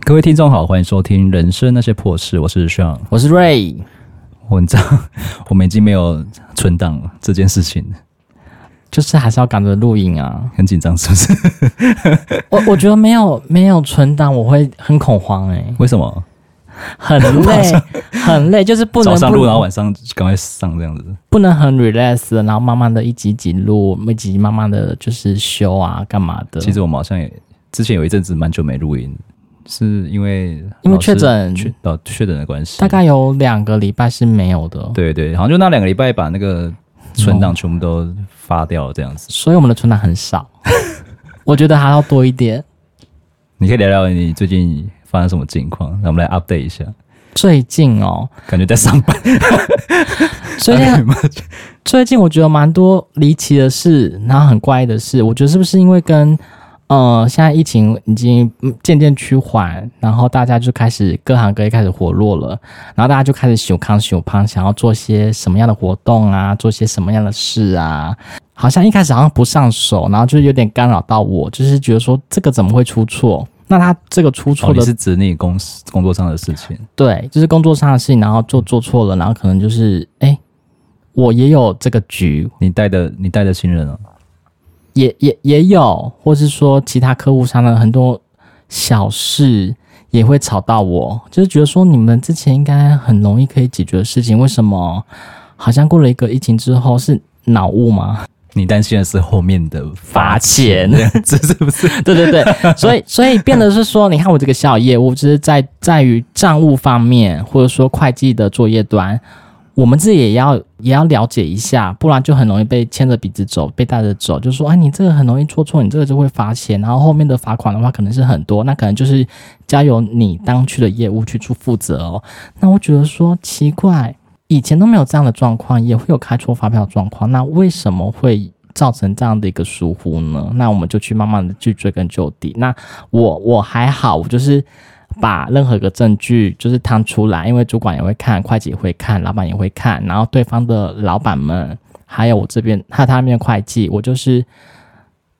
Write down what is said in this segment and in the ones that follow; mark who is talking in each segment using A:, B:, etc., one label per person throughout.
A: 各位听众好，欢迎收听《人生那些破事》，我是 Sean。
B: 我是 Ray，
A: 文章我们已经没有存档了这件事情，
B: 就是还是要赶着录影啊。
A: 很紧张是不是？
B: 我我觉得没有没有存档，我会很恐慌哎、
A: 为什么
B: 很累， 很累，就是不能
A: 早上
B: 不
A: 录，然后晚上赶快上这样子？
B: 不能很 relax，然后慢慢的一集一集录，一集慢慢的就是修啊，干嘛的？
A: 其实我们好像也之前有一阵子蛮久没录音，是因为
B: 因为
A: 老师
B: 确诊
A: 确老确诊的关系，
B: 大概有两个礼拜是没有的，
A: 对对，好像就那两个礼拜把那个存档全部都发掉了这样子。
B: 所以我们的存档很 少。我觉得还要多一点。
A: 你可以聊聊你最近发生什么近况，让我们来 update 一下。
B: 最近哦，
A: 感觉在上班，哦
B: 最近最近我觉得蛮多离奇的事，然后很怪的事。我觉得是不是因为跟呃现在疫情已经嗯渐渐趋缓，然后大家就开始各行各业开始活络了，然后大家就开始想康想胖，想要做些什么样的活动啊，做些什么样的事啊。好像一开始好像不上手，然后就有点干扰到我，就是觉得说这个怎么会出错？那他这个出
A: 哦，
B: 错
A: 你
B: 的
A: 是指你公司工作上的事情。
B: 对，就是工作上的事情，然后做做错了，然后可能就是哎、诶我也有这个局，
A: 你带的你带的新人啊，
B: 也也也有，或是说其他客户上的很多小事也会吵到我，就是觉得说你们之前应该很容易可以解决的事情，为什么好像过了一个疫情之后是脑雾吗？
A: 你担心的是后面的
B: 罚钱
A: 这样子是不是？
B: 对对对，所以所以变得是说，你看我这个小业务，就是在在于账务方面，或者说会计的作业端，我们自己也要也要了解一下，不然就很容易被牵着鼻子走，被带着走，就说啊，你这个很容易做错，你这个就会罚钱，然后后面的罚款的话可能是很多，那可能就是交由你当区的业务去去负责哦。那我觉得说奇怪，以前都没有这样的状况，也会有开错发票的状况，那为什么会造成这样的一个疏忽呢？那我们就去慢慢的去追根究底。那我我还好，我就是把任何一个证据就是摊出来，因为主管也会看，会计也会看，老板也会看，然后对方的老板们，还有我这边还有他那边的会计，我就是。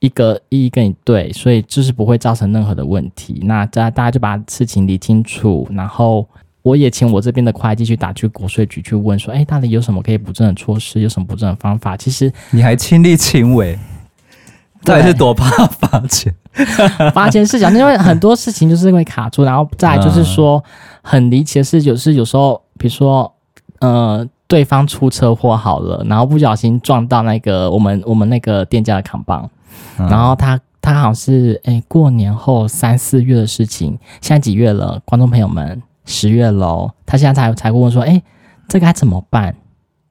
B: 一个一一跟你对，所以就是不会造成任何的问题。那大家大家就把事情理清楚，然后我也请我这边的会计去打去国税局去问说，哎，到底有什么可以补正的措施，有什么补正的方法？其实
A: 你还亲力亲为，到底是
B: 对
A: 多怕罚钱？
B: 发钱事情，因为很多事情就是会卡住，然后再来就是说很离奇的事，就是有时候比如说呃对方出车祸好了，然后不小心撞到那个我们我们那个店家的扛棒，
A: 嗯
B: 然后他他好像是哎、过年后三四月的事情，现在几月了？观众朋友们，十月喽，他现在才才问我说，哎、这该怎么办？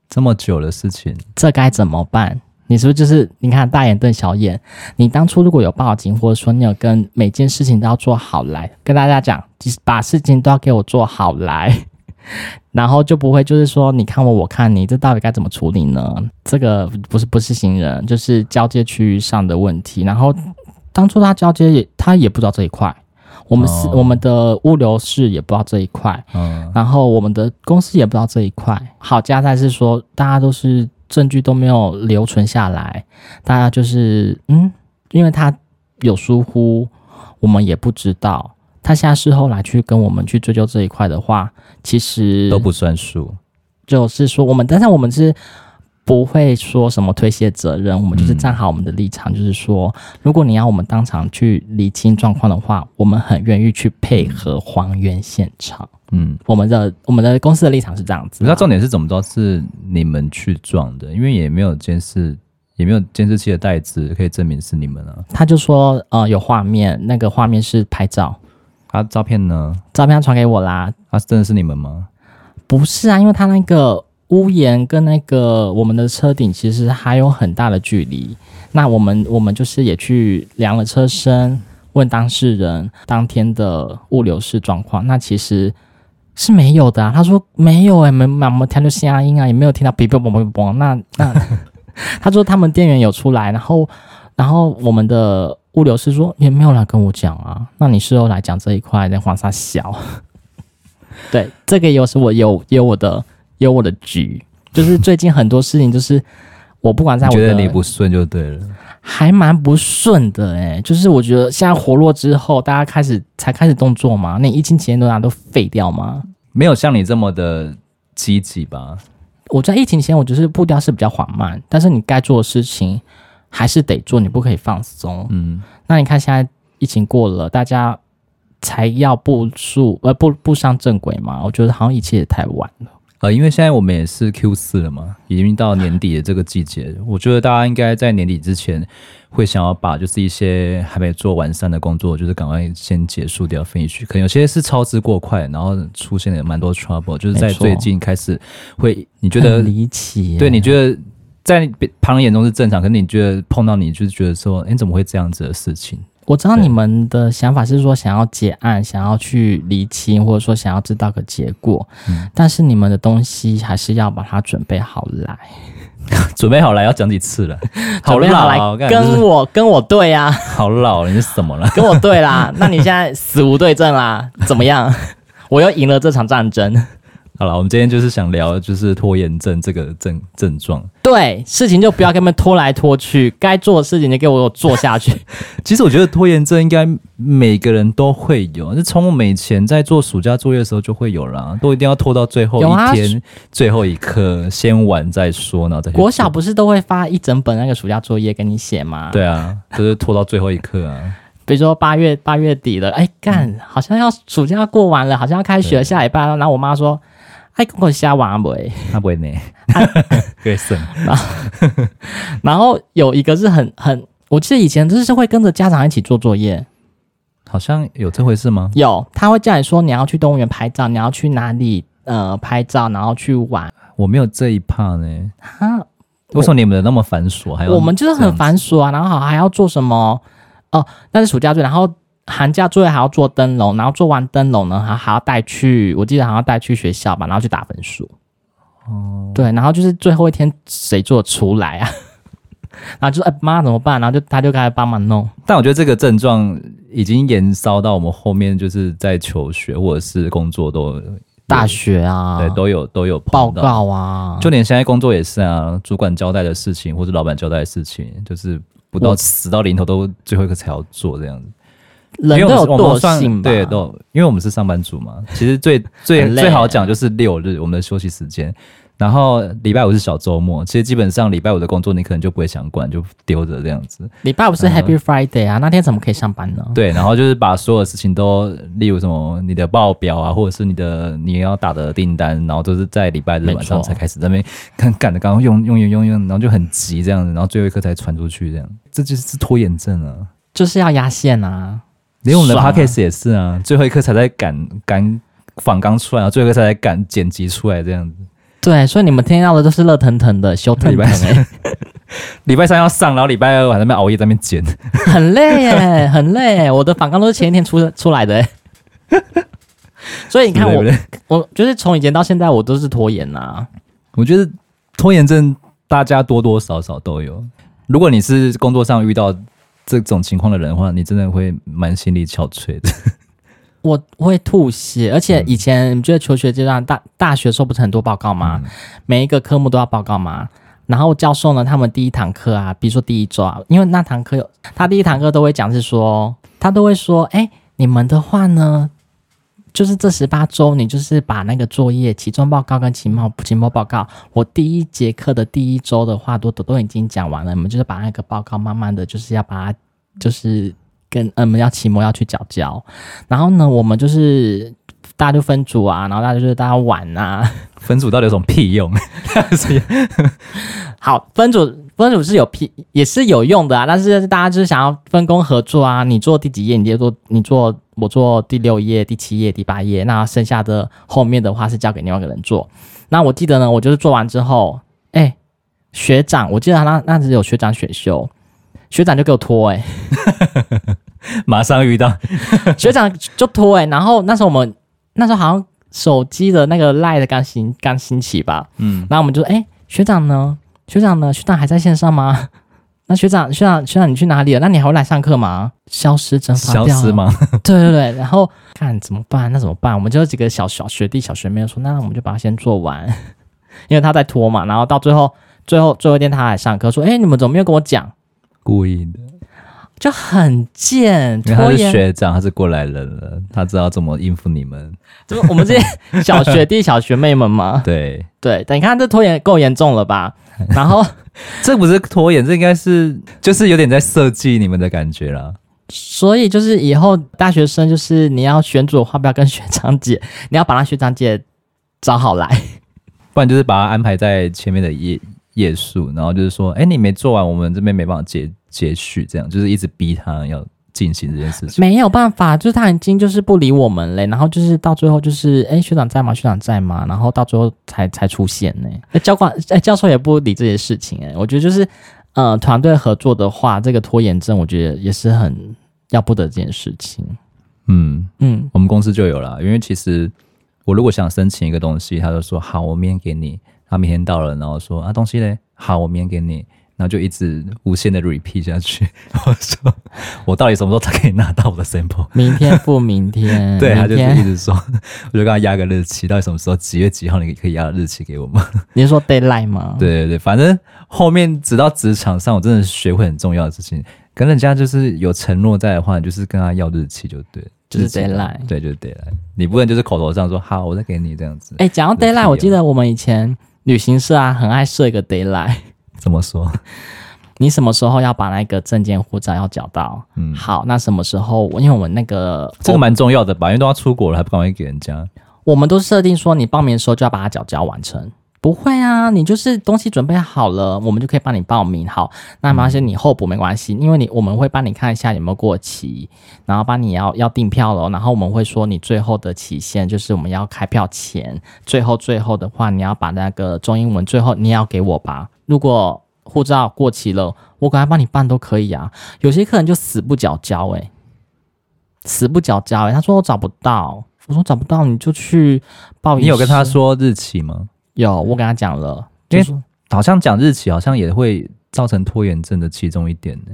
A: 这么久的事情，
B: 这该怎么办？你是不是就是你看大眼瞪小眼？你当初如果有报警，或者说你有跟每件事情都要做好来，跟大家讲，就是把事情都要给我做好来， 然后就不会就是说你看我，我看你，这到底该怎么处理呢？这个不是不是行人，就是交接区域上的问题。然后当初他交接也他也不知道这一块，我们是、
A: 哦
B: 我们的物流室也不知道这一块，
A: 嗯，
B: 然后我们的公司也不知道这一块。好加在是说，大家都是证据都没有留存下来，大家就是嗯，因为他有疏忽，我们也不知道。他现在事后来去跟我们去追究这一块的话，其实
A: 都不算数。
B: 就是说我们，但是我们是不会说什么推卸责任，我们就是
A: 嗯
B: 站好我们的立场，就是说，如果你要我们当场去理清状况的话，我们很愿意去配合还原现场。
A: 嗯，
B: 我们的我们的公司的立场是这样子
A: 你
B: 啊。
A: 知道重点是怎么着？是你们去撞的，因为也没有监视，也没有监视器的带子可以证明是你们啊。
B: 他就说呃有画面，那个画面是拍照，
A: 啊，照片呢？
B: 照片他传给我啦。
A: 啊，真的是你们吗？
B: 不是啊，因为他那个屋檐跟那个我们的车顶其实还有很大的距离。那我们我们就是也去量了车身，问当事人当天的物流室状况。那其实。是没有的啊，他说没有哎、没没没听到声音啊，也没有听到哔哔嘣嘣嘣。那 那他说他们店员有出来，然后然后我们的物流师说也没有来跟我讲啊，那你事后来讲这一块在黄沙小， 对，这个又是我有有我的有我的局，就是最近很多事情就是我不管在
A: 你
B: 我
A: 觉
B: 的
A: 得你不顺就对了。
B: 还蛮不顺的哎、就是我觉得现在活络之后，大家开始才开始动作嘛，那你疫情期间都大家都废掉吗？
A: 没有像你这么的积极吧？
B: 我在疫情前，我就是步调是比较缓慢，但是你该做的事情还是得做，你不可以放松。
A: 嗯，
B: 那你看现在疫情过了，大家才要步入呃步步上正轨嘛？我觉得好像一切也太晚了。
A: 呃，因为现在我们也是 Q 四了嘛，已经到年底的这个季节，我觉得大家应该在年底之前会想要把就是一些还没做完善的工作，就是赶快先结束掉 finish。可能有些是超支过快，然后出现了蛮多 trouble，就是在
B: 没错
A: 最近开始会，你觉得
B: 很离奇耶、
A: 对，你觉得在别旁人眼中是正常，可是你觉得碰到你就是觉得说，哎、怎么会这样子的事情？
B: 我知道
A: 对
B: 你们的想法是说想要结案，想要去厘清，或者说想要知道个结果，
A: 嗯
B: 但是你们的东西还是要把它准备好来，
A: 准备好了要讲几次了？好
B: 准备好
A: 老
B: 来
A: 啊，我看你
B: 跟
A: 是
B: 我跟我对啊，
A: 好老，你是什么了？
B: 跟我对啦，那你现在死无对证啦，怎么样？ 我又赢了这场战争，
A: 好了，我们今天就是想聊就是拖延症这个症症状。
B: 对事情就不要跟他们拖来拖去，该做的事情就给我做下去。
A: 其实我觉得拖延症应该每个人都会有，就从我们以前在做暑假作业的时候就会有啦，都一定要拖到最后
B: 有
A: 一
B: 啊
A: 天、最后一刻先完再说，然后再去
B: 国
A: 做
B: 小不是都会发一整本那个暑假作业给你写吗？，
A: 对啊，就是拖到最后一刻啊。
B: 比如说八月八月底了，哎干，好像要暑假过完了，好像要开学了，下礼拜了。然后我妈说，哎，跟我瞎玩不？欸
A: 他啊不会呢，
B: 啊
A: 可以省。
B: 然后有一个是很很，我记得以前就是会跟着家长一起做作业，
A: 好像有这回事吗？
B: 有他会叫你说你要去动物园拍照，你要去哪里呃拍照，然后去玩。
A: 我没有这一趴呢。
B: 啊，
A: 为什么你们的那么繁琐？还有
B: 我们就是很繁琐啊，然后好还要做什么哦？但是暑假作业，然后寒假作业还要做灯笼，然后做完灯笼呢，还还要带去，我记得还要带去学校吧，然后去打分数。哦，对，然后就是最后一天谁做得出来啊？ 然后就说哎妈、怎么办？然后就他就开始帮忙弄。
A: 但我觉得这个症状已经延烧到我们后面，就是在求学或者是工作都
B: 大学啊，
A: 对都有都有碰
B: 报
A: 到。
B: 告啊，
A: 就连现在工作也是啊，主管交代的事情或者老板交代的事情，就是不到
B: 我
A: 死到临头都最后一个才要做这样子。
B: 人
A: 因
B: 都
A: 为我
B: 有
A: 们我们
B: 惰性
A: 算
B: 吧？
A: 对都有，因为我们是上班族嘛，其实最最
B: 很累
A: 最好讲就是六日我们的休息时间，然后礼拜五是小周末，其实基本上礼拜五的工作你可能就不会想管，就丢着这样子。
B: 礼拜五是 Happy Friday 啊，那天怎么可以上班呢？
A: 嗯对，然后就是把所有事情都，例如什么你的报表啊，或者是你的你要打的订单，然后都是在礼拜日晚上
B: 没错
A: 才开始在那边赶赶的，赶快用用用用用，然后就很急这样子，然后最后一刻才传出去这样，这就是拖延症啊。
B: 就是要压线啊。
A: 连我们的
B: 爽啊
A: podcast 也是啊，最后一刻才在赶赶仿刚出来，然后最后一刻才在赶剪辑出来这样子。
B: 对，所以你们听到的都是热腾腾的、羞腾
A: 礼
B: 腾、
A: 拜
B: 欸，
A: 礼拜三要上，然后礼拜二晚上在那边熬夜在那边剪。
B: 很累耶、很累耶、我的反纲都是前一天出出来的、 欸，所以你看
A: 对
B: 我
A: 不，对
B: 我就是从以前到现在，我都是拖延啊呐、
A: 我觉得拖延症大家多多少少都有。如果你是工作上遇到这种情况的人的话，你真的会蛮心力憔悴的。
B: 我会吐血，而且以前你觉得求学阶段，大大学的时候不是很多报告吗？每一个科目都要报告吗？然后教授呢，他们第一堂课啊，比如说第一周啊，因为那堂课有他第一堂课都会讲是说，他都会说，哎，你们的话呢，就是这十八周，你就是把那个作业、期中报告跟期末期末报告，我第一节课的第一周的话，都都都已经讲完了，你们就是把那个报告慢慢的就是要把它就是跟嗯，要期末要去缴交，然后呢，我们就是大家就分组啊，然后大家就是大家玩啊，
A: 分组到底有什么屁用？
B: 好，分组分组是有屁也是有用的啊，但是大家就是想要分工合作啊，你做第几页，你就做你做我做第六页、第七页、第八页，那剩下的后面的话是交给另外一个人做。那我记得呢，我就是做完之后，哎、学长，我记得他那那时有学长选修，学长就给我拖哎、
A: 马上遇到，
B: 学长就拖哎、然后那时候我们那时候好像手机的那个赖的刚兴刚兴起吧，
A: 嗯，
B: 然后我们就哎、学长呢？学长呢？学长还在线上吗？ 那学长学长学长你去哪里了？那你还会来上课吗？消失蒸发掉
A: 消
B: 了
A: 失？吗？
B: 对对对，然后看怎么办？那怎么办？我们就有几个小小学弟小学妹说，那我们就把它先做完， 因为他在拖嘛。然后到最后最后最后一天他还上课说，哎、你们怎么没有跟我讲？
A: 故意的，
B: 就很贱，
A: 因为他
B: 拖
A: 是
B: 延。
A: 学长，他是过来人了，他知道怎么应付你们。
B: 就是我们这些小学弟、小学妹们嘛，
A: 对，
B: 对，但你看这拖延够严重 了吧？然后
A: 这不是拖延，这应该是就是有点在设计你们的感觉啦。
B: 所以就是以后大学生，就是你要选组的话，不要跟学长姐， 你要把他学长姐找好来。
A: 不然就是把它安排在前面的页页数，然后就是说，哎、你没做完，我们这边没办法接接续，这样就是一直逼他要进行这件事情。
B: 没有办法，就是他已经就是不理我们嘞，然后就是到最后就是哎、诶学长在吗？学长在吗？然后到最后才才出现呢、诶教官哎、教授也不理这些事情哎、我觉得就是呃团队合作的话，这个拖延症我觉得也是很要不得这件事情。
A: 嗯，
B: 嗯，
A: 我们公司就有了，因为其实我如果想申请一个东西，他就说好，我明天给你。他明天到了，然后说啊东西嘞，好，我明天给你。然后就一直无限的 repeat 下去。我说我到底什么时候才可以拿到我的 sample？
B: 明天不明 天，
A: 对，他
B: 明
A: 就是一
B: 天
A: 直说， 我就跟他压个日期，到底什么时候几月几号你可以压日期给我吗？
B: 你是说 d a y l i g h t 吗？，
A: 对对对，反正后面直到职场上，我真的学会很重要的事情，跟人家就是有承诺在的话，你就是跟他要日期就对，
B: 就是
A: 日期
B: deadline
A: 对，就是 deadline。你不能就是口头上说好，我再给你这样子，
B: 哎、讲到 d a y l i g h
A: 有
B: t 我记得我们以前旅行社啊，很爱设一个 d a y l i g h t
A: 怎么说？
B: 你什么时候要把那个证件护照要缴到？
A: 嗯，
B: 好，那什么时候？因为我们那个
A: 这个蛮重要的吧，因为都要出国了，还不赶快给人
B: 哦
A: 家？
B: 我们都设定说，你报名的时候就要把它缴交完成。不会啊，你就是东西准备好了，我们就可以帮你报名。好，那没关系，你候补没关系，因为你我们会帮你看一下有没有过期，然后帮你要要订票了，然后我们会说你最后的期限就是我们要开票前，最后最后的话，你要把那个中英文最后你也要给我吧。如果护照过期了，我赶快帮你办都可以啊。有些客人就死不缴交、欸，死不缴交、欸，他说我找不到，我说找不到你就去报一
A: 你有跟他
B: 声
A: 说日期吗？
B: 有，我跟他讲了，
A: 因
B: 就
A: 为
B: 是
A: 好像讲日期，好像也会造成拖延症的其中一点呢。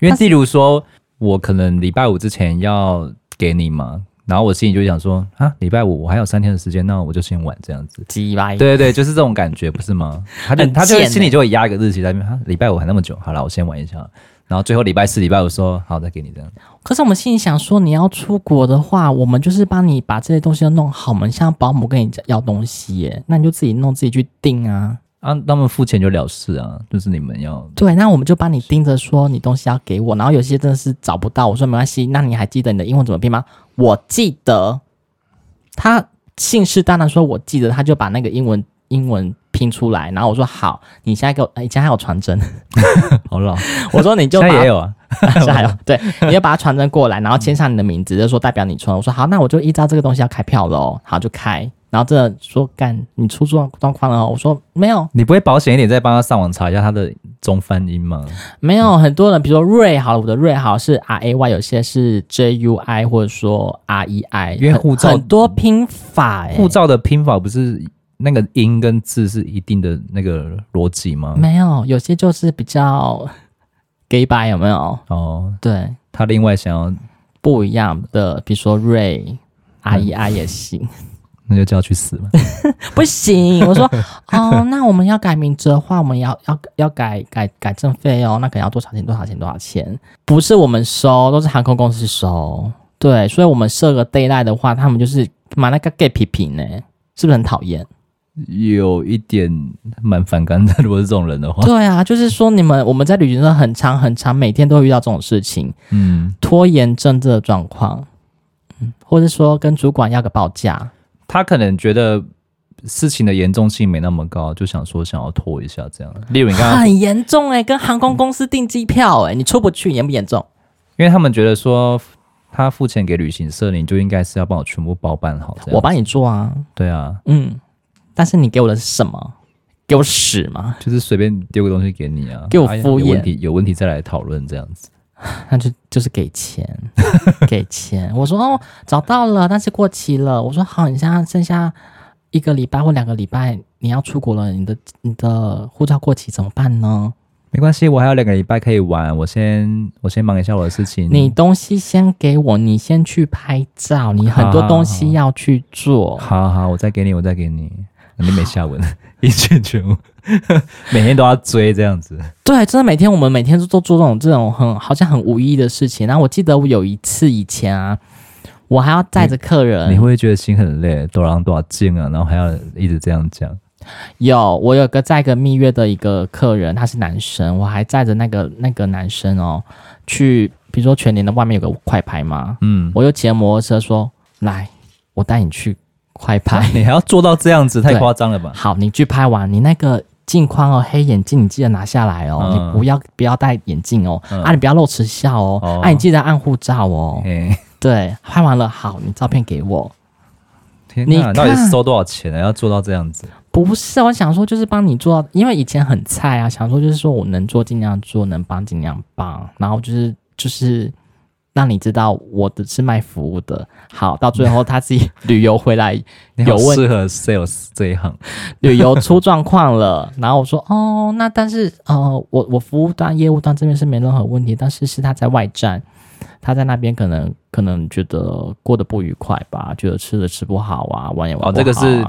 A: 因为例如说，我可能礼拜五之前要给你嘛，然后我心里就想说啊，礼拜五我还有三天的时间，那我就先晚这样子。
B: 鸡掰，
A: 对对对，就是这种感觉，不是 吗？他就
B: 很
A: 他就
B: 贱
A: 会
B: 欸
A: 心里就会压一个日期在那边，啊，礼拜五还那么久，好了，我先晚一下。然后最后礼拜四、礼拜五说好，再给你这样。
B: 可是我们心里想说，你要出国的话，我们就是帮你把这些东西都弄好，我们像保姆跟你要东西耶，那你就自己弄自己去订啊。
A: 啊，他们付钱就了事啊，就是你们要
B: 对，那我们就帮你盯着说你东西要给我，然后有些真的是找不到，我说没关系，那你还记得你的英文怎么拼吗？我记得，他信誓旦旦说我记得，他就把那个英文英文拼出来，然后我说好，你现在给我，呃以前还有传真，
A: 好了，
B: 我说你就
A: 现
B: 把
A: 在
B: 它
A: 也有啊，
B: 现在 还有对，你要把它传真过来，然后签上你的名字，就说代表你出。我说好，那我就依照这个东西要开票喽，好就开。然后真的说干，你出状状况了哦。我说没有
A: 你不会保险一点再帮他上网查一下他的中翻音吗？
B: 没有，很多人比如说瑞好了，我的瑞好是 R A Y，有些是 J U I 或者说 R E I，
A: 因为护照
B: 很多拼法哎、
A: 护照的拼法不是那个音跟字是一定的那个逻辑吗？
B: 没有，有些就是比较 gay 白有没有？
A: 哦，
B: 对，
A: 他另外想要
B: 不一样的，比如说瑞 R E I 也行。
A: 那就叫他去死吧。
B: 不行，我说 哦，那我们要改名字的话，我们要要要改改改正费哦，那可能要多少钱？多少钱？多少钱？不是我们收，都是航空公司收。对，所以我们设个 d a y l i g h t 的话，他们就是买那个 gay 批评呢，是不是很讨厌？
A: 有一点蛮反感的，如果是这种人的话，
B: 对啊，就是说你们我们在旅行社很长很长，每天都会遇到这种事情，
A: 嗯，
B: 拖延症这个状况，嗯，或者说跟主管要个报价，
A: 他可能觉得事情的严重性没那么高，就想说想要拖一下这样。例如你刚刚，
B: 很严重哎、跟航空公司订机票哎、你出不去严不严重？
A: 因为他们觉得说他付钱给旅行社，你就应该是要帮我全部包办好这样。
B: 我帮你做啊，
A: 对啊，
B: 嗯，但是你给我的是什么？给我屎吗？
A: 就是随便丢个东西给你啊，
B: 给我
A: 哎呀
B: 敷衍
A: 有问题有问题再来讨论这样子。
B: 那就就是给钱，给钱。我说哦，找到了，但是过期了。我说好，你现在剩下一个礼拜或两个礼拜，你要出国了，你的你的护照过期怎么办呢？
A: 没关系，我还有两个礼拜可以玩，我先我先忙一下我的事情。
B: 你东西先给我，你先去拍照，你很多东西要去做。
A: 啊好好，我再给你，我再给你。那边没下 文，一卷全无， 每天都要追这样子。
B: 对，啊真的每天我们每天都都做这种这种很好像很无意义的事情。然后我记得我有一次以前啊，我还要载着客人，
A: 你会不会觉得心很累，多让多少劲啊，然后还要一直这样讲。
B: 有，我有个在一个蜜月的一个客人，他是男生，我还载着那个那个男生哦，去比如说全年的外面有个快拍嘛，
A: 嗯，
B: 我就骑着摩托车说，来，我带你去快拍，
A: 你还要做到这样子，太
B: 对
A: 夸张了吧？
B: 好，你去拍完，你那个镜框哦，黑眼镜你记得拿下来哦，
A: 嗯
B: 你不要不要戴眼镜哦，
A: 嗯
B: 啊，你不要露齿笑哦，
A: 哦
B: 啊，你记得按护照哦，
A: 哎，
B: 对，拍完了好，你照片给我。
A: 天
B: 你
A: 哪，到底
B: 看
A: 收多少钱啊？要做到这样子？
B: 不是，我想说就是帮你做到，因为以前很菜啊，想说就是说我能做尽量做，能帮尽量帮，然后就是就是让你知道我的是卖服务的。好，到最后他自己旅游回来，
A: 你好
B: 有问
A: 适合 sales 这一行，
B: 旅游出状况了，然后我说哦，那但是呃，我我服务端业务端这边是没任何问题，但是是他在外站，他在那边可能可能觉得过得不愉快吧，觉得吃的吃不好啊，玩也玩不好、
A: 哦这个是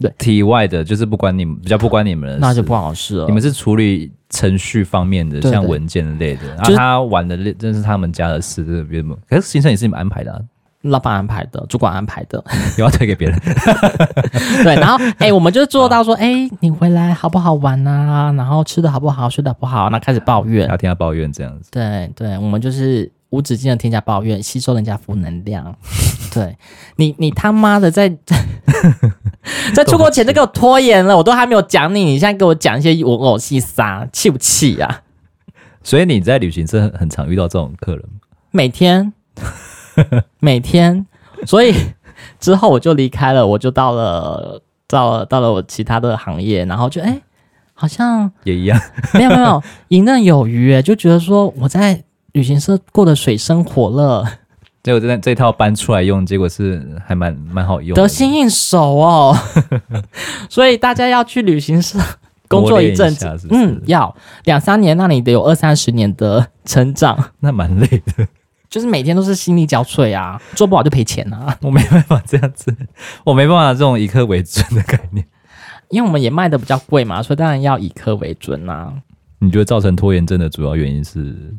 B: 对
A: 体外的，就是不关你们，比较不关你们的事，
B: 那就不好事了。
A: 你们是处理程序方面的，
B: 对
A: 像
B: 对
A: 文件类的，然
B: 就
A: 后
B: 是
A: 他玩的类，这是他们家的事，这边嘛。可是行程也是你们安排的啊，
B: 老板安排的，主管安排的，
A: 有要推给别人。
B: 对。然后，哎、我们就做到说，哎、你回来好不好玩啊？然后吃的好不好，睡得好不好？那开始抱怨
A: 然，后听他抱怨这样子。
B: 对对，我们就是无止境的添加抱怨，吸收人家负能量。对你，你他妈的在在出国前就给我拖延了，我都还没有讲你，你现在给我讲一些文偶戏啥，气不气啊？
A: 所以你在旅行是很很常遇到这种客人吗，
B: 每天，每天，所以之后我就离开了，我就到了到了到了我其他的行业，然后就哎、好像
A: 也一样。
B: 没有没有没有，游刃有余，哎就觉得说我在旅行社过得水深火热。
A: 结果这这套搬出来用，结果是还蛮蛮好用的。
B: 得心应手 哦。所以大家要去旅行社工作一阵子，
A: 磨练一下是不是
B: 嗯，要两三年，那你得有二三十年的成长，
A: 那蛮累的，
B: 就是每天都是心力交瘁啊，做不好就赔钱啊。
A: 我没办法这样子，我没办法这种以客为尊的概念，
B: 因为我们也卖的比较贵嘛，所以当然要以客为准啊啦、
A: 你觉得造成拖延症的主要原因是，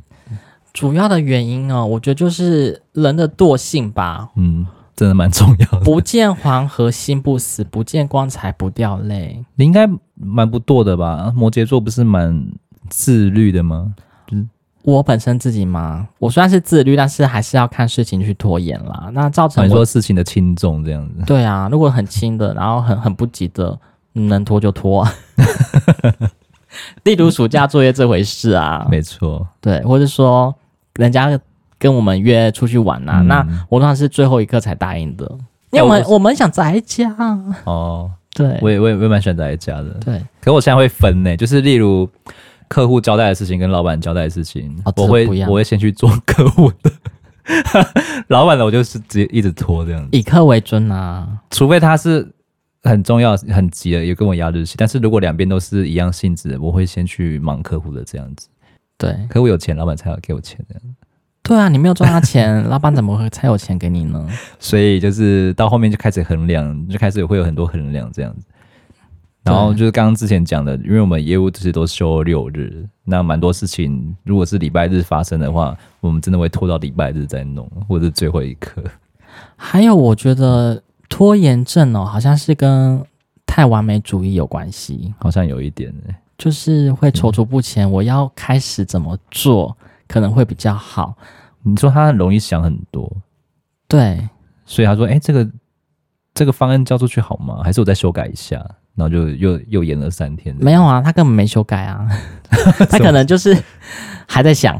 B: 主要的原因哦，我觉得就是人的惰 性吧。
A: 嗯，真的蛮重要的。
B: 不见黄河心不死，不见棺材不掉泪。
A: 你应该蛮不惰的吧？摩羯座不是蛮自律的吗？
B: 我本身自己嘛，我虽然是自律，但是还是要看事情去拖延啦。那造成
A: 你
B: 我
A: 说事情的轻重这样子，
B: 对啊，如果很轻的，然后很很不急的，能拖就 拖。啊例如暑假作业这回事啊，
A: 没错。
B: 对，或者说人家跟我们约出去玩啊，
A: 嗯
B: 那我当然是最后一刻才答应的，因为我们、
A: 哎
B: 我们想宅家啊，
A: 哦，
B: 对
A: 我也我也我也蛮喜欢宅在家的，
B: 对，
A: 可我现在会分呢、就是例如客户交代的事情跟老板交代的事情，
B: 哦
A: 我
B: 这
A: 会
B: 不一样
A: 我会先去做客户的， 老板的我就是直接一直拖这样子，
B: 以客为尊啊，
A: 除非他是很重要很急的，有跟我压日期，但是如果两边都是一样性质的，我会先去忙客户的这样子，
B: 对
A: 客户有钱，老板才要给我钱这样，
B: 对啊，你没有赚到钱， 老板怎么会才有钱给你呢？
A: 所以就是到后面就开始衡量，就开始会有很多衡量这样子。然后就是刚刚之前讲的，因为我们业务其实都休六日，那蛮多事情如果是礼拜日发生的话，我们真的会拖到礼拜日再弄，或者是最后一刻。
B: 还有，我觉得拖延症哦，好像是跟太完美主义有关系。
A: 好像有一点欸、
B: 就是会踌躇不前，我要开始怎么做可能会比较好。
A: 你说他很容易想很多，
B: 对，
A: 所以他说：“哎、这个这个方案交出去好吗？还是我再修改一下？”然后就又又延了三天。
B: 没有啊，他根本没修改 啊，他可能就是还在想，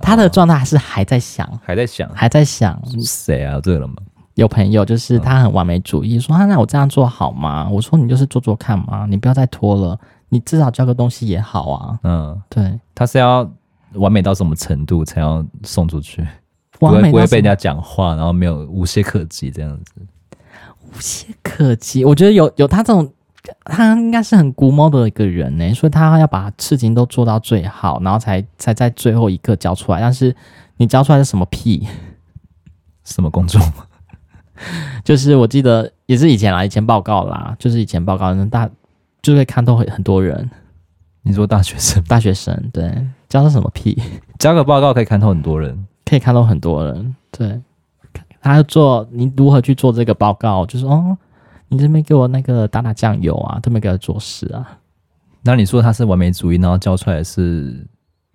B: 他的状态还是还在想，
A: 还在想
B: 还在想。
A: 谁啊？这个人吗？
B: 有朋友就是他很完美主义，说啊，那我这样做好吗？我说你就是做做看嘛，你不要再拖了，你至少交个东西也好啊。
A: 嗯，
B: 对，
A: 他是要完美到什么程度才要送出去？不
B: 完
A: 会
B: 美
A: 不
B: 到
A: 会
B: 什
A: 被人
B: 么
A: 家讲话，然后没有无懈可击这样子。
B: 无懈可击。我觉得有有他这种，他应该是很古猫的一个人呢、所以他要把事情都做到最好，然后才才在最后一刻交出来。但是你交出来是什么屁？
A: 什么工作吗？
B: 就是我记得也是以前啦，以前报告啦，就是以前报告那大就会看到很很多人，
A: 你说大学生
B: 大学生对，叫他什么屁，
A: 加个报告可以看透很多人，
B: 可以看到很多人，对，他要做你如何去做这个报告，就是哦，你这边给我那个打打酱油啊，这边给我做事啊，
A: 那你说他是完美主义，然后教出来是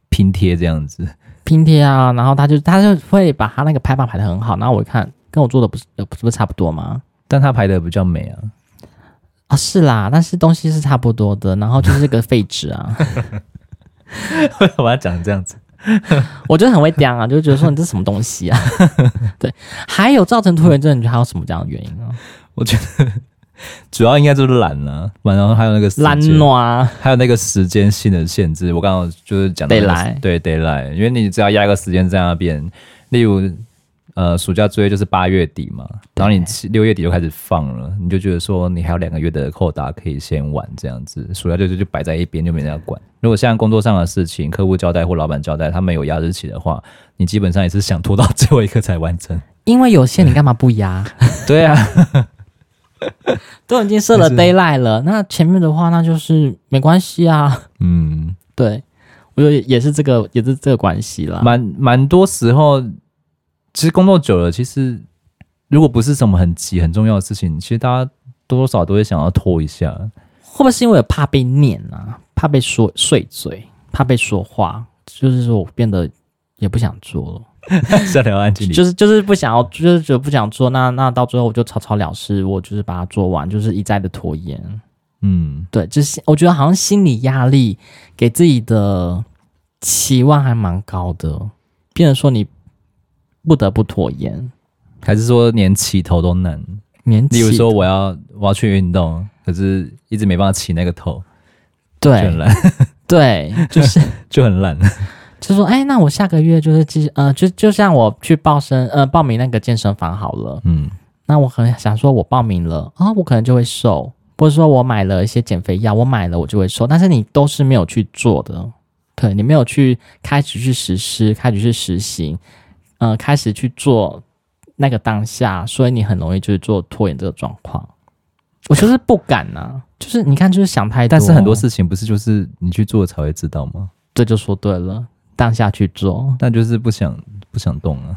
A: 拼贴这样子，
B: 拼贴啊，然后他就他就会把他那个排版排的很好，然后我一看跟我做的不是呃不是不是差不多吗？
A: 但他排的比较美啊。
B: 啊、是啦，但是东西是差不多的，然后就是个废纸啊，
A: 为什么要讲这样子？
B: 我就很会刁啊，就觉得说你这什么东西 啊？对，还有造成拖延症，你觉得还有什么这样的原因啊？
A: 主要应该就是懒了、然后还有那个时间
B: 懒惰啊，
A: 还有那个时间性的限制，我刚刚就是讲到那个
B: 得来
A: 对得来，因为你只要压一个时间在那边，例如呃暑假作业就是八月底嘛，然后你七六月底就开始放了，你就觉得说你还有两个月的扣打可以先玩这样子，暑假就就就摆在一边就没人要管。如果像工作上的事情，客户交代或老板交代，他们有压日期的话，你基本上也是想拖到最后一刻才完成。
B: 因为有些你干嘛不压？
A: 对啊，
B: 都已经设了
A: 是
B: d a y l i g h t 了，那前面的话那就是没关系啊。
A: 嗯。
B: 对，我觉得也是这个，也是这个关系啦。
A: 蛮蛮多时候，其实工作久了，其实如果不是什么很急很重要的事情，其实大家多多少少都会想要拖一下。
B: 会不会是因为我怕被念啊，怕被说碎嘴，怕被说话，就是说我变得也不想做了。
A: 在聊安静里，
B: 就是就是不想要，就是觉得不想做，那那到最后我就草草了事，我就是把它做完，就是一再的拖延。
A: 嗯，
B: 对，就是我觉得好像心理压力给自己的期望还蛮高的，变成说你不得不拖延。
A: 还是说连起头都难。
B: 年纪
A: 例如说，我要我要去运动，可是一直没办法起那个头，就很
B: 对
A: 懒，
B: 对， 就是
A: 就很懒。
B: 就说哎，那我下个月就是继续呃，就就像我去报身呃报名那个健身房好了，
A: 嗯，
B: 那我可能想说，我报名了啊、我可能就会瘦，或者说我买了一些减肥药，我买了我就会瘦，但是你都是没有去做的，对你没有去开始去实施，开始去实行，呃，开始去做那个当下，所以你很容易就是做拖延这个状况。我就是不敢呐、就是你看，就是想太多，
A: 但是很多事情不是就是你去做才会知道吗？
B: 这就说对了，当下去做，
A: 但就是不想不想动啊，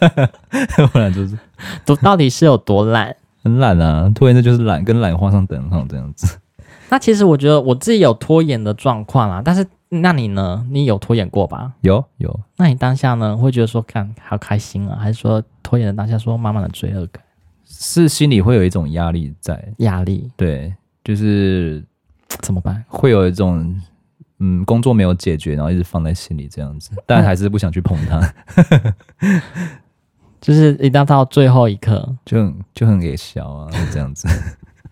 A: 不然就是
B: 都到底是有多懒？
A: 很懒啊。拖延症就是懒，跟懒画上等号这样子。
B: 那其实我觉得我自己有拖延的状况啦，但是那你呢？你有拖延过吧？
A: 有有，
B: 那你当下呢，会觉得说看好开心啊，还是说拖延的当下说满满的罪恶感、
A: 是心里会有一种压力在，
B: 压力
A: 对，就是
B: 怎么办？
A: 会有一种嗯，工作没有解决，然后一直放在心里这样子，但还是不想去碰它，
B: 就是一定要到最后一刻，
A: 就很就很给小啊这样子。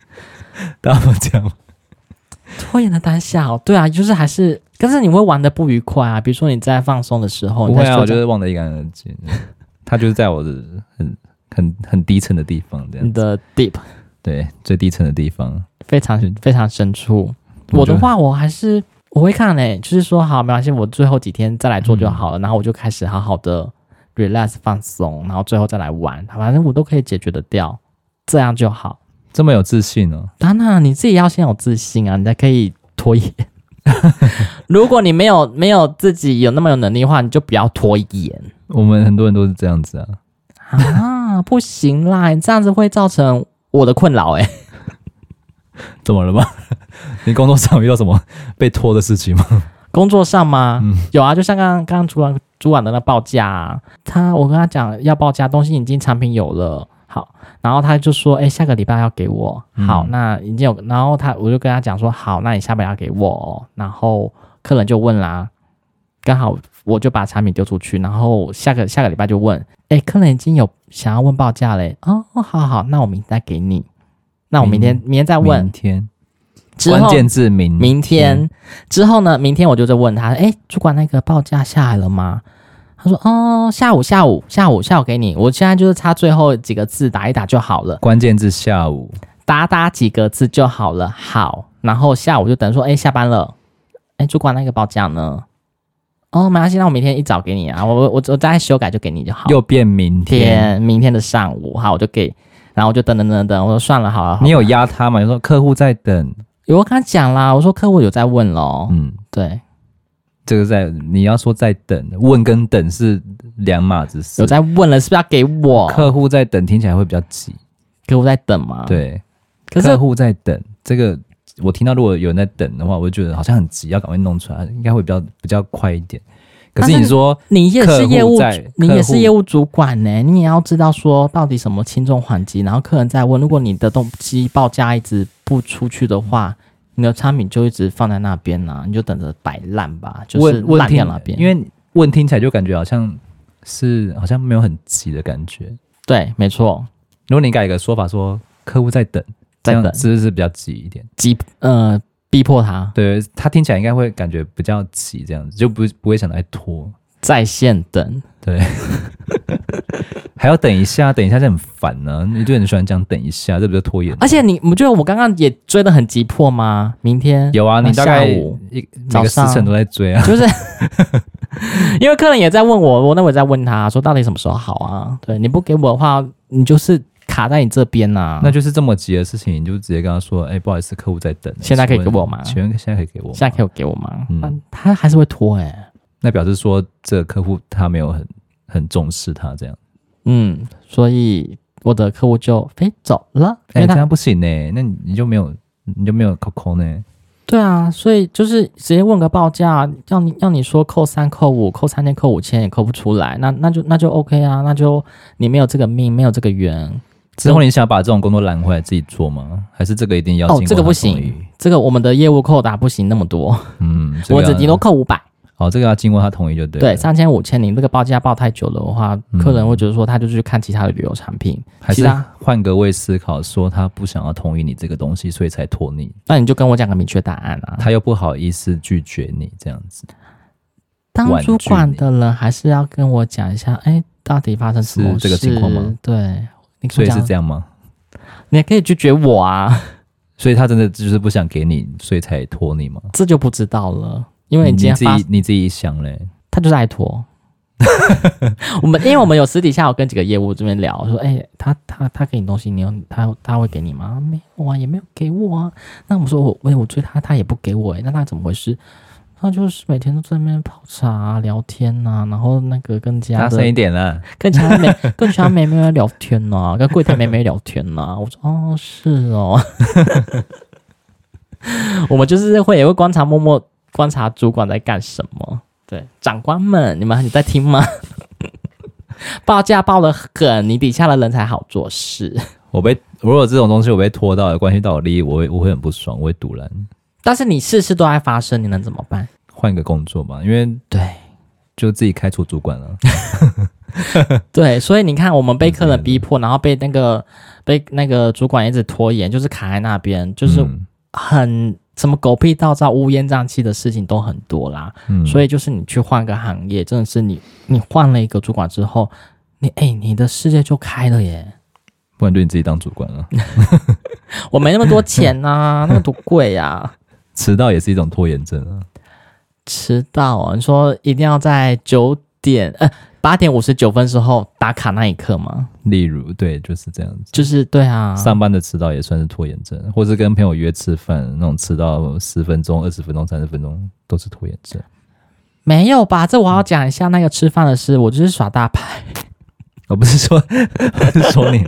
A: 大家不这样吗，
B: 拖延的当下哦，对啊，就是还是，但是你会玩的不愉快啊。比如说你在放松的时候，
A: 不会啊，我
B: 你在睡
A: 就
B: 觉
A: 是忘得一干二净。它就是在我的很很很低层的地方，这样
B: 你的 deep
A: 对最低层的地方。
B: 非常
A: 是
B: 非常深处。
A: 我
B: 我
A: 觉得
B: 的话，我还是我会看嘞、就是说好，没关系，我最后几天再来做
A: 嗯
B: 就好了，然后我就开始好好的 relax 放松，然后最后再来玩，反正我都可以解决得掉，这样就好。
A: 这么有自信哦，
B: 当然，你自己要先有自信啊，你才可以 拖延。如果你没有没有自己有那么有能力的话，你就不要拖延
A: 我们很多人都是这样子啊。
B: 啊！不行啦，你这样子会造成我的困扰哎、
A: 怎么了吗？ 你工作上有遇到什么被拖的事情吗？
B: 工作上吗？
A: 嗯
B: 有啊，就像刚刚刚刚主管主管的那报价、啊，他我跟他讲要报价，东西已经产品有了，好，然后他就说，哎、下个礼拜要给我，好，
A: 嗯
B: 那已经有，然后他我就跟他讲说，好，那你下个礼拜要给我哦、然后客人就问啦，刚好我就把产品丢出去，然后下个下个礼拜就问，哎、客人已经有想要问报价嘞，哦，好好好，那我明天再给你，那我明天明天再问
A: 嗯明，天，
B: 之
A: 关
B: 后
A: 键字明
B: 明
A: 嗯
B: 天之后呢？明天我就在问他，哎，主管那个报价下来了吗？他说，哦，下午，下午，下午，下午给你。我现在就是差最后几个字打一打就好了，
A: 关键字下午，
B: 打打几个字就好了。好，然后下午就等说，哎，下班了，哎，主管那个报价呢？哦，没关系，那我明天一早给你啊，我我我我再修改就给你就好。
A: 又变明天，
B: 天，明天的上午，好，我就给，然后我就等等等等，我说算了，好了，好
A: 你有压他吗？你说客户在等，
B: 有我跟他讲啦，我说客户有在问咯，
A: 嗯，
B: 对，
A: 这个在你要说在等，问跟等是两码子事
B: 有。在哦问了，是不是要给我？
A: 客户在等听起来会比较急，
B: 客户在等吗？，
A: 对，
B: 啊可是
A: 客户在等这个。我听到如果有人在等的话，我就觉得好像很急，要赶快弄出来，应该会比较比较快一点。可
B: 但
A: 是
B: 是
A: 你说
B: 你也
A: 客
B: 是
A: 户
B: 业务
A: 在
B: 主，你也
A: 客户
B: 是业务主管呢、你也要知道说到底什么轻重缓急，然后客人在问，如果你的动机报价一直不出去的话，你的产品就一直放在那边啦、你就等着摆烂吧，就是
A: 问问
B: 烂
A: 听
B: 掉那边。
A: 因为问听起来就感觉好像是好像没有很急的感觉。
B: 对，没错，
A: 如果你改一个说法说客户在等，
B: 在
A: 这
B: 等
A: 样是不是比较急一点？
B: 急呃逼迫他
A: 对他听起来应该会感觉比较急，这样子就不不会想来拖，
B: 在线等，
A: 还要等一下，等一下就很烦呢、你就很喜欢讲等一下，这不就拖延？
B: 而且你不觉得我刚刚也追得很急迫吗？明天
A: 有啊，
B: 那
A: 你大概
B: 下午
A: 一每个时
B: 早上
A: 辰都在追啊。
B: 就是因为客人也在问我，我那我也在问他说到底什么时候好啊？对，你不给我的话，你就是卡在你这边呐、
A: 那就是这么急的事情，你就直接跟他说：“哎、不好意思，客户在等。”
B: 现在可以
A: 请
B: 给
A: 问
B: 我吗
A: 请问现在可以给我吗？
B: 现在可以给我吗？
A: 嗯
B: 嗯，他还是会拖哎、
A: 那表示说这个客户他没有很很重视他这样。
B: 嗯，所以我的客户就飞走了，因
A: 哎、
B: 为
A: 这
B: 他、
A: 样不行呢、那你你就没有你就没有扣扣呢？
B: 对啊，所以就是直接问个报价，要你要你说扣三扣五，扣三千扣五千也扣不出来，那那就那就 OK 啊，那就你没有这个命，没有这个缘，
A: 之后你想把这种工作揽回来自己做吗？还是这个一定要
B: 哦
A: 经过
B: 这个
A: 他
B: 不
A: 同
B: 行
A: 意
B: 这个我们的业务扣打不行那么多，
A: 嗯，这个
B: 我只
A: 要
B: 顶多扣五百。
A: 哦，这个要经过他同意就对了。
B: 对，三千五千，你这个报价报太久了的话，
A: 嗯
B: 客人会觉得说他就去看其他的旅游产品，
A: 还
B: 其
A: 是
B: 他，
A: 换个位思考，说他不想要同意你这个东西，所以才拖你，
B: 那你就跟我讲个明确答案啊。
A: 他又不好意思拒绝你这样子，
B: 当
A: 婉
B: 主
A: 拒
B: 管
A: 你
B: 的人还是要跟我讲一下，哎，到底发生什么
A: 是这个情况吗
B: 事？对，你
A: 所以是这
B: 样，
A: 样吗？
B: 你也可以拒绝我啊，
A: 所以他真的就是不想给你，所以才拖你吗？
B: 这就不知道了，因为你
A: 你
B: 今天
A: 自
B: 发
A: 己，你自己想嘞，
B: 他就是爱拖。 我们因为我们有私底下有跟几个业务这边聊，说，哎、他他他给你东西，你有他他会给你吗？没有啊，也没有给我啊。那我们说我我我追他，他也不给我、哎，那他怎么回事？他就是每天都在那边泡茶、啊、聊天呐、然后那个跟其他
A: 大声一
B: 的
A: 点啦！
B: 跟其他妹 跟其他妹妹聊天呐、跟柜台妹妹聊天呐、我说哦，是哦， 我们就是会也会观察，默默观察主管在干什么。对，长官们，你们有在听吗？ 报价报的狠，你底下的人才好做事。
A: 我被如果这种东西我被拖到，有关系到我利益，我会我会很不爽，我会堵拦，
B: 但是你事事都在发生，你能怎么办？
A: 换个工作吧，因为
B: 对
A: 就自己开除主管了。
B: 对，所以你看，我们被客人逼迫，然后被那个被那个主管一直拖延，就是卡在那边，就是
A: 嗯
B: 很什么狗屁倒灶、乌烟瘴气的事情都很多啦。
A: 嗯
B: 所以就是你去换个行业，真的是你你换了一个主管之后，你哎、你的世界就开了耶。
A: 不然就你自己当主管 了。
B: 我没那么多钱呐、那么多贵啊呀、
A: 迟到也是一种拖延症啊。
B: 迟到哦，你说一定要在九点呃八点五十九分时候打卡那一刻吗？
A: 例如，对，就是这样子。
B: 就是对啊，
A: 上班的迟到也算是拖延症，或是跟朋友约吃饭那种迟到十分钟、二十分钟、三十分钟都是拖延症。
B: 没有吧？这我要讲一下那个吃饭的事，我就是耍大牌。
A: 我哦不是说， 不是说你，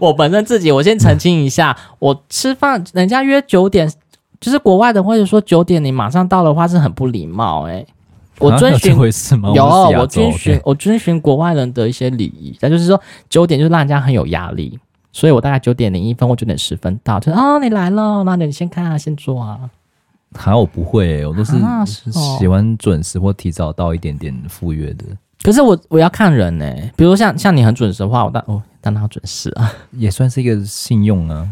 B: 我本身自己，我先澄清一下，我吃饭人家约九点，就是国外的或者说九点你马上到的话是很不礼貌哎、我
A: 啊
B: 遵
A: 有
B: 循
A: 这回事吗？
B: 有，啊
A: 我们是
B: 我
A: 亚洲
B: 遵循
A: OK
B: 我遵循国外人的一些礼仪，那就是说九点就是让人家很有压力，所以我大概九点零一分或九点十分到，就是啊、你来了，那你先看啊，先坐啊。
A: 好，我不会、我都是
B: 啊是哦
A: 喜欢准时或提早到一点点赴约的，
B: 可是我我要看人呢、比如说像像你很准时的话，我当哦当然要准时啊。
A: 也算是一个信用啊。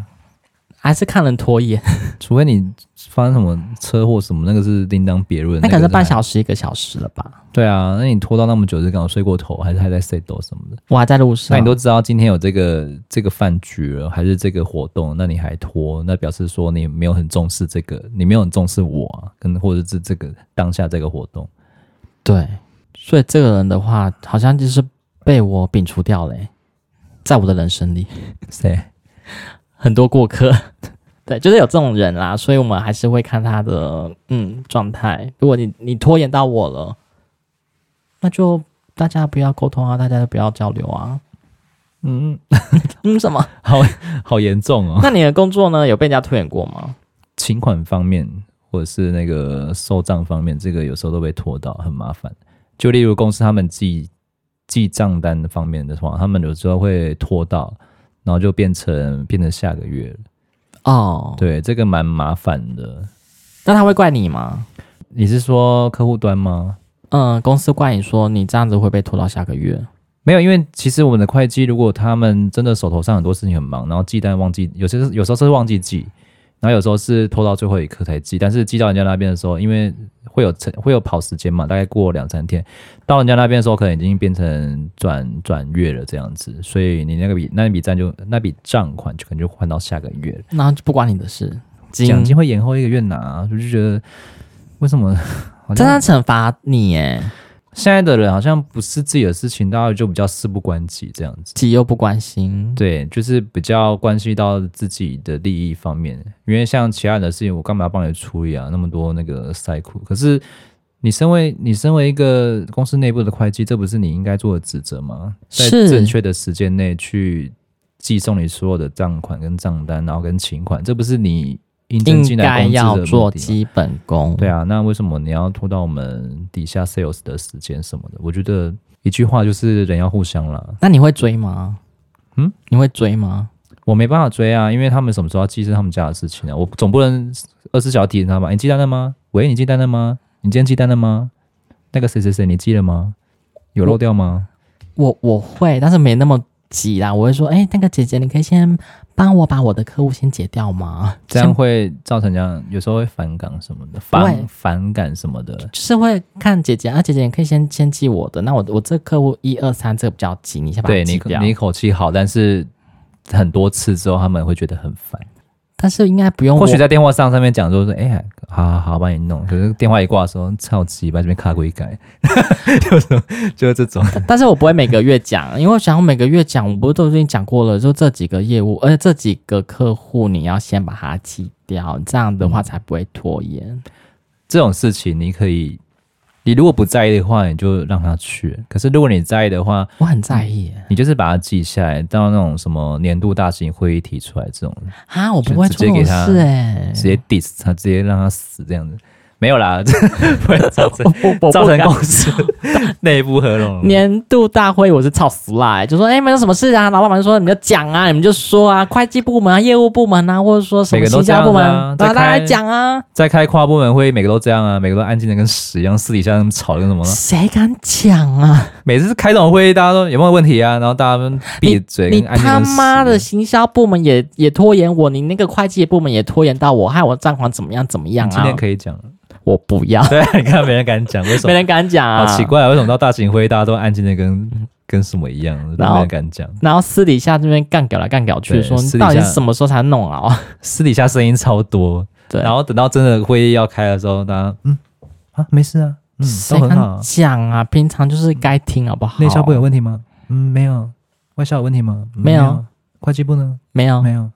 B: 还是看人拖延，
A: 除非你发生什么车祸什么，那个是另当别论。
B: 那可
A: 个
B: 能是
A: 还
B: 半小时一个小时了吧？
A: 对啊，那你拖到那么久，就刚好睡过头，还是还在 say 斗什么的？
B: 我还在路上，
A: 那你都知道今天有这个这个饭局了，还是这个活动，那你还拖，那表示说你没有很重视这个，你没有很重视我啊，跟或者是这个当下这个活动。
B: 对，所以这个人的话，好像就是被我摒除掉了欸、在我的人生里，
A: 谁？
B: 很多过客， 对，就是有这种人啦，所以我们还是会看他的嗯状态。如果你你拖延到我了，那就大家不要沟通啊，大家都不要交流啊。
A: 嗯，
B: 嗯，什么？
A: 好 好严重哦。
B: 那你的工作呢？有被人家拖延过吗？
A: 请款方面或者是那个收账方面，这个有时候都被拖到，很麻烦。就例如公司他们记记账单方面的话，他们有时候会拖到，然后就变成变成下个月了。
B: 哦，
A: 对，这个蛮麻烦的。
B: 那他会怪你吗？
A: 你是说客户端吗？
B: 嗯，公司怪你说你这样子会被拖到下个月。
A: 没有，因为其实我们的会计，如果他们真的手头上很多事情很忙，然后记单忘记，有些是有时候是忘记记，然后有时候是拖到最后一刻才记，但是寄到人家那边的时候，因为会有成会有跑时间嘛，大概过两三天，到人家那边的时候，可能已经变成转转月了这样子，所以你那个笔那笔账就那笔账款就可能就换到下个月了，
B: 那就不关你的事。
A: 奖金会延后一个月拿，啊我就觉得为什么？ 好
B: 真
A: 像
B: 的惩罚你耶，
A: 现在的人好像不是自己的事情，大家就比较事不关己这样子。
B: 己又不关心。
A: 对，就是比较关系到自己的利益方面，因为像其他人的事情，我干嘛要帮你处理啊？那么多那个塞库，可是你身为你身为一个公司内部的会计，这不是你应该做的职责吗？在
B: 是
A: 正确的时间内去寄送你所有的账款跟账单，然后跟请款，这不是你应征
B: 应
A: 进来
B: 该
A: 公司的
B: 要
A: 目
B: 做
A: 的吗
B: 基本功。
A: 对啊，那为什么你要拖到我们底下 sales 的时间什么的？我觉得一句话就是人要互相啦，
B: 那你会追吗？
A: 嗯，
B: 你会追吗？
A: 我没办法追啊，因为他们什么时候要记是他们家的事情啊，我总不能二十四小时提醒他吧？诶你记单了吗？喂，你记单了吗？你今天记单了吗？那个谁谁谁，你记了吗？有漏掉吗？
B: 我我会，但是没那么急啦。我会说，哎、那个姐姐，你可以先帮我把我的客户先解掉吗？
A: 这样
B: 先
A: 会造成这样，有时候会反感什么的，
B: 会
A: 反反感什么的。
B: 就是会看姐姐啊，姐姐，你可以先先记我的。那我我这客户一二三这个比较急，你先把它
A: 对
B: 记
A: 你
B: 掉。，
A: 你一口气好，但是很多次之后，他们会觉得很烦。
B: 但是应该不用我。
A: 或许在电话上上面讲说说，哎、呀，好好好，帮你弄。可是电话一挂的时候，超级把这边卡过一改， 就是就是这种。
B: 但是我不会每个月讲，因为我想我每个月讲，我不是都已经讲过了，就这几个业务，而且这几个客户你要先把它记掉，这样的
A: 嗯
B: 话才不会拖延。
A: 这种事情，你可以，你如果不在意的话，你就让他去。可是如果你在意的话，
B: 我很在意耶
A: 你就是把它记下来，到那种什么年度大型会议提出来这种，
B: 啊，我不会
A: 就直接
B: 做这种
A: 给他
B: 事哎、
A: 直接 diss 他，直接让他死这样子。没有啦， 这不会造成
B: 我不 我不
A: 造成
B: 敢
A: 公司内部合 拢。
B: 年度大会我是操死啦、就说哎、没有什么事啊，老板就说你们就讲啊，你们就说啊，会计部门啊、业务部门啊，或者说什
A: 每
B: 么
A: 个都
B: 行销部门，
A: 这样啊
B: 大家
A: 在开
B: 来讲啊，
A: 在开跨部门会议，每个都这样啊，每个都安静的跟屎一样，私底下那么吵得跟什么呢？
B: 谁敢讲啊？
A: 每次开这种会议，大家都有没有问题啊？然后大家都闭嘴，
B: 你
A: 跟安静
B: 他
A: 跟死
B: 妈的
A: 一样
B: 行销部门也也拖延我，你那个会计部门也拖延到我，害我账款怎么样怎么样
A: 你今
B: 啊
A: 天？可以讲了。
B: 我不要，
A: 对， 你看没人敢讲，为什
B: 没
A: 么？
B: 人敢讲啊，
A: 好奇。怪啊，为什么到大型会议大家都安静的跟跟什么一样，都
B: 然后
A: 没人敢 讲？
B: 然后私底下这边干搞来干搞去，
A: 对
B: 说你
A: 私底
B: 到底
A: 下
B: 是什么时候才弄啊？
A: 私底下声音超多，
B: 对，
A: 然后等到真的会议要开的时候，大家嗯啊没事啊，嗯
B: 谁
A: 都很
B: 敢
A: 好。
B: 讲啊？平常就是该听好不好？
A: 内销部有问题吗？嗯没有。外销有问题吗？嗯
B: 没有。哦
A: 会计部呢？
B: 没有，
A: 没有。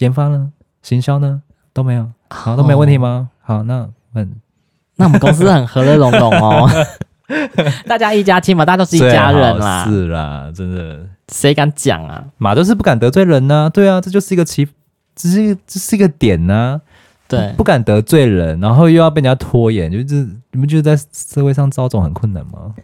A: 研发呢？行销呢？都没
B: 哦
A: 有。好，都没有问题吗？好，那问
B: 那我们公司很和乐融融 哦，大家一家亲嘛，大家都是一家人啦
A: 最好，是啦，真的，
B: 谁敢讲啊？
A: 马都是不敢得罪人呐、对啊，这就是一个奇，只是这是一个点呐、
B: 对
A: 不，敢得罪人，然后又要被人家拖延，就是你们觉得在社会上招总很困难 吗？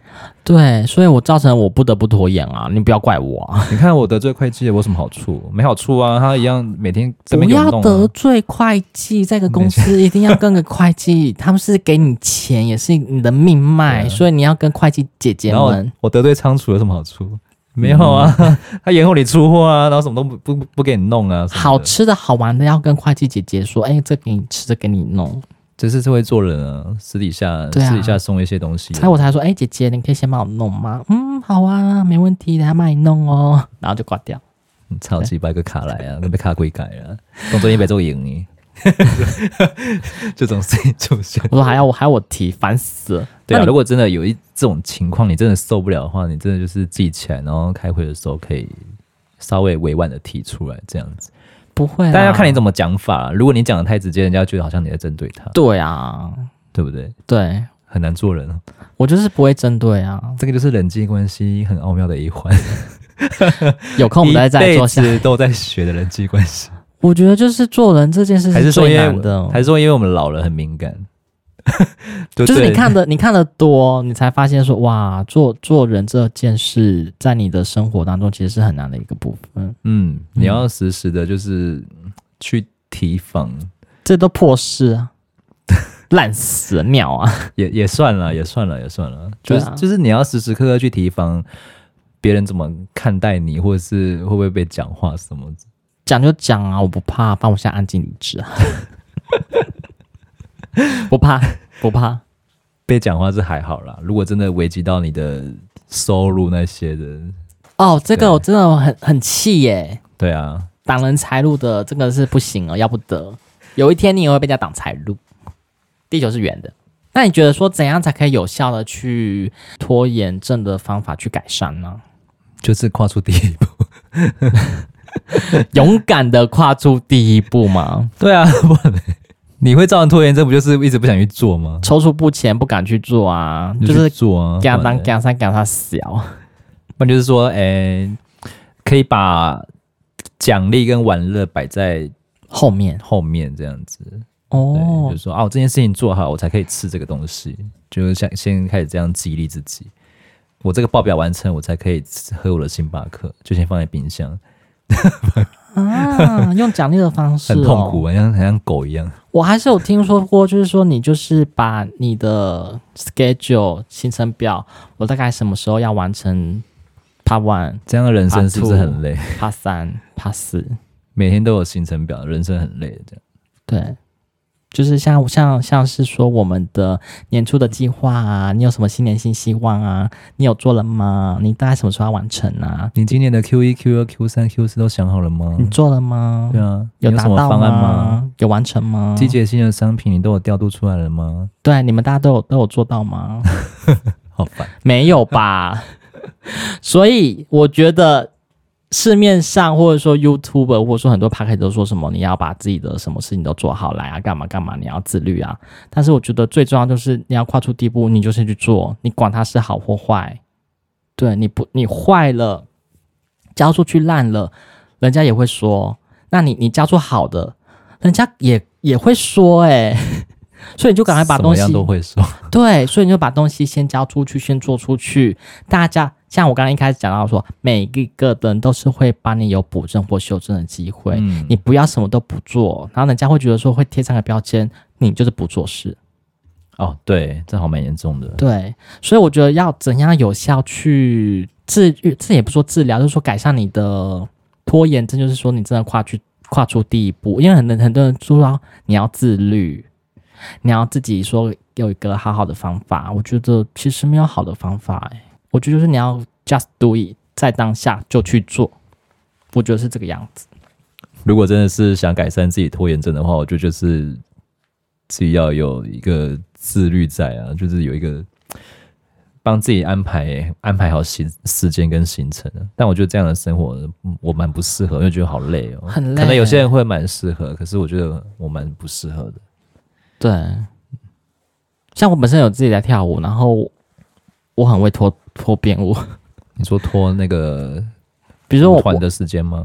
B: 对，所以我造成我不得不拖延啊，你不要怪我啊，
A: 你看我得罪会计，我有什么好处？没好处啊，他一样每天 这
B: 不
A: 边有
B: 要
A: 弄、
B: 得
A: 啊。
B: 罪会计，这个公司一定要跟个 会计，他们是给你钱，也是你的命脉，
A: 对啊
B: 所以你要跟会计姐姐
A: 然后
B: 们，
A: 我得罪仓储有什么好处？没有
B: 嗯
A: 啊， 他延后你出货啊，然后什么都不不不给你弄啊，什么的
B: 好吃的好玩的要跟会计姐姐说，哎、这给你吃，这给你弄。
A: 这是是会做人啊，私底下
B: 对啊
A: 私底下送一些东西，啊
B: 所以我才说，哎、姐姐，你可以先帮我弄吗？嗯，好啊，没问题，等下帮你弄哦。 然后就挂掉。
A: 嗯操几百个卡来啊，那被卡鬼改啊，动作一百做赢你， 这种事情出现。
B: 我说还要我还要我提，烦死了。
A: 对啊，
B: 那
A: 如
B: 哦你
A: 果真的有一这种情况，你真的受不了的话，你真的就是记起来，然后开会的时候可以稍微委婉的提出来这样子。
B: 不会、啊，
A: 但要看你怎么讲法啦如果你讲的太直接，人家觉得好像你在针对他，
B: 对啊，
A: 对不对？
B: 对
A: 很难做人哦。
B: 我就是不会针对啊。
A: 这个就是人际关系很奥妙的一环，
B: 有空我们再再
A: 一
B: 做
A: 辈
B: 下。
A: 子都在学的人际关系。
B: 我觉得就是做人这件事
A: 还是说
B: 最
A: 因
B: 难
A: 为
B: 的
A: 我，还是说因为我们老了很敏感， 就
B: 就是
A: 对
B: 你看的你看的多，你才发现说哇，做做人这件事在你的生活当中其实是很难的一个部分。
A: 嗯，你要时时的就是去提防，
B: 这都破事 啊，烂死了鸟啊！
A: 也也算了，也算了，也算了，就
B: 对
A: 是、
B: 啊
A: 就是你要时时刻刻去提防别人怎么看待你，或者是会不会被讲话什么。
B: 讲就讲啊，我不怕，帮我现在安静理智啊， 不怕不怕。
A: 被讲话是还好啦，如果真的危及到你的收入那些的，
B: 哦，这
A: 对
B: 个我真的很很气耶，
A: 对啊，
B: 挡人财路的这个是不行哦，要不得。有一天你也会被人家挡财路。地球是圆的，那你觉得说怎样才可以有效的去拖延症的方法去改善 呢？
A: 就是跨出第一 步。
B: 勇敢的跨出第一步吗？
A: 对啊，不然呢你会造成拖延症，不就是一直不想去做吗？
B: 踌躇不前，不敢去做啊，
A: 你
B: 就
A: 去
B: 是
A: 做啊，
B: 敢
A: 不然
B: 当
A: 呢
B: 敢三敢他小。
A: 不然就是说，诶、可以把奖励跟玩乐摆在
B: 后面
A: 后面这样子。对，
B: 哦
A: 就是，说啊，我这件事情做好，我才可以吃这个东西。就是像先开始这样激励自己，我这个报表完成，我才可以吃喝我的星巴克，就先放在冰箱，
B: 啊，用奖励的方式、哦，
A: 很痛苦，。很像很像狗一样。
B: 我还是有听说过，就是说你就是把你的 schedule 行程表，我大概什么时候要完成 Part One、
A: 这样的人生是不是
B: 怕啊吐
A: 很累？
B: Part 三、Part 四，
A: 每天都有行程表，人生很累的。这样
B: 对，就是像像像是说我们的年初的计划啊，你有什么新年新希望啊？你有做了吗？你大概什么时候要完成啊？
A: 你今年的 Q 一、Q 二、Q 三、Q 四都想好了吗
B: 你？做了
A: 嗯
B: 吗？
A: 对啊，你
B: 嗯有
A: 有
B: 达
A: 什么
B: 到
A: 方案吗？
B: 吗？嗯有完成吗？
A: 季节性的商品你都有调度出来了吗？
B: 对，你们大家都有都有做到吗？
A: 好烦。
B: 没 有吧？所以我觉得市面上或者说 YouTube 或者说很多 p a c k e 都说什么你要把自己的什么事情都做好来啊，干嘛干嘛，你要自律啊。但是我觉得最重要就是你要跨出第一步，你就先去做，你管它是好或坏。对，你不你坏了，交出去烂了，人家也会说。那你你交出好的，人家也也会说哎、 所以你就赶快把
A: 什
B: 东
A: 么
B: 西
A: 样都会说，
B: 对，所以你就把东西先交出去，先做出去。大家像我刚刚一开始讲到说，每一个人都是会帮你有补正或修正的机会，
A: 嗯
B: 你不要什么都不做，然后人家会觉得说会贴上个标签，你就是不做事。
A: 哦，对，这好蛮严重的。
B: 对，所以我觉得要怎样有效去治愈，这也不说治疗，就是说改善你的拖延症，就是说你真的跨去跨出第一步，因为很多很多人说到你要自律，你要自己说有一个好好的方法，我觉得其实没有好的方法、欸，我觉得就是你要 just do it，在当下就去做，我觉得是这个样子。
A: 如果真的是想改善自己拖延症的话，我觉得就是自己要有一个自律在啊，就是有一个帮自己安排安排好时时间跟行程啊。但我觉得这样的生活嗯我蛮不适合，因为觉得好累哦。
B: 很累
A: 可能有些人会蛮适合，可是我觉得我蛮不适合的。
B: 对，像我本身有自己在跳舞，然后我很会脱脱边舞，
A: 你说拖那个
B: 比如说我
A: 团
B: 我
A: 的时间吗？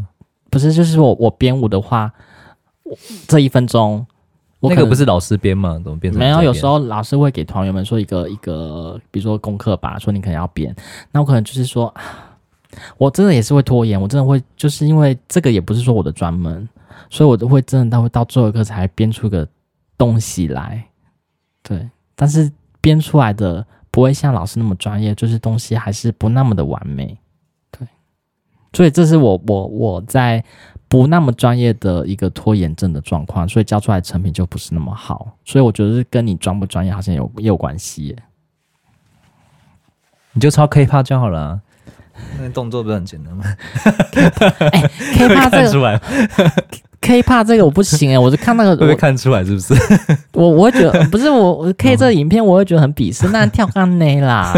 B: 不是，就是我我编舞的话，我这一分钟，我
A: 那
B: 可
A: 个
B: 能
A: 不是老师编吗？怎么变成
B: 没
A: 你
B: 有，
A: 在
B: 有
A: 编
B: 时候老师会给团员们说一个一个，比如说功课吧，说你可能要编，那我可能就是说， 啊我真的也是会拖延，我真的会就是因为这个也不是说我的专门，所以我都会真的到到最后一刻才编出个东西来，对，但是编出来的不会像老师那么专业，就是东西还是不那么的完美，对，所以这是我我我在不那么专业的一个拖延症的状况，所以交出来的成品就不是那么好。所以我觉得是跟你专不专业好像有也有关系耶。
A: 你就抄 K 趴就好了啊、那动作不是很简单吗？
B: K
A: 会
B: 怕
A: 看
B: 这个
A: 出来，会
B: K 怕这个我不 行哎、我就看那
A: 不会
B: 个
A: 看出来是不是？
B: 我我我会觉得不是我我 K 这个影片我会觉得很鄙视，那跳钢内 啦，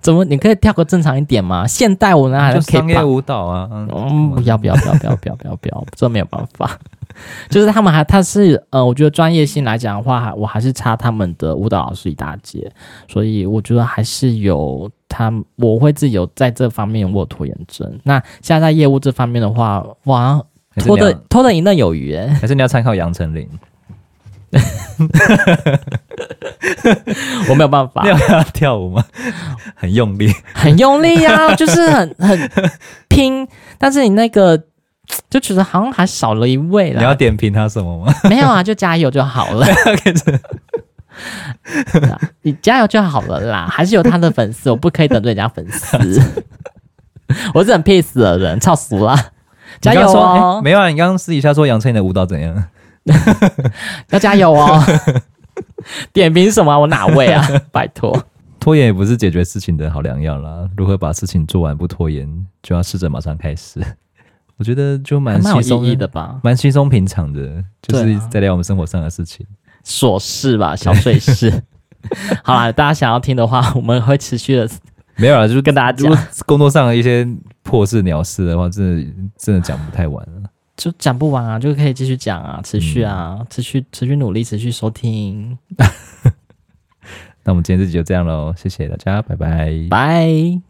B: 怎么你可以跳个正常一点吗？现代我哪来
A: 就
B: 的 K
A: 商业
B: 怕？
A: 舞蹈啊，嗯
B: 嗯，不要不要不要不要不要不要不要，这没有办法。就是他们还他是呃，我觉得专业性来讲的话，还我还是差他们的舞蹈老师一大截，所以我觉得还是有他们我会自己有在这方面我有拖延症。那现在在业务这方面的话，哇，
A: 还是
B: 哦拖
A: 你
B: 的
A: 要
B: 拖的赢的有余耶，
A: 还是你要参考杨丞琳，
B: 我没有办法
A: 你，要要 跳舞 吗？很用力，
B: 很用力呀、就是很很拼，但是你那个就觉得好像还少了一位
A: 你要
B: 了，
A: 点评他什么吗？
B: 没有啊，就加油就好了。你加油就好了啦，还是有他的粉丝，我不可以得罪人家粉丝。 我是很 peace 的人，操死啦！加油
A: 你刚刚说
B: 哦
A: 诶，没有啊，你刚刚私底下说杨丞琳的舞蹈怎样？
B: 要加油哦！ 点评什么啊、我哪位啊？拜托，
A: 拖延也不是解决事情的好良药啦。如何把事情做完不拖延，就要试着马上开始。 我觉得就
B: 还
A: 蛮
B: 蛮
A: 稀
B: 有
A: 松
B: 意义的，吧？
A: 蛮稀松平常的，就
B: 对
A: 是
B: 啊
A: 在聊我们生活上的事情。
B: 琐事吧，小碎事。 好啦，大家想要听的话，我们会持续的
A: 没有啦，就是
B: 跟大家
A: 如
B: 讲
A: 果，工作上的一些破事鸟事的话，真的真的讲不太完了。
B: 就讲不完啊，就可以继续讲啊，持续啊，持续持续努力，持续收听，
A: 那我们今天这集就这样喽，谢谢大家，拜拜。
B: 拜。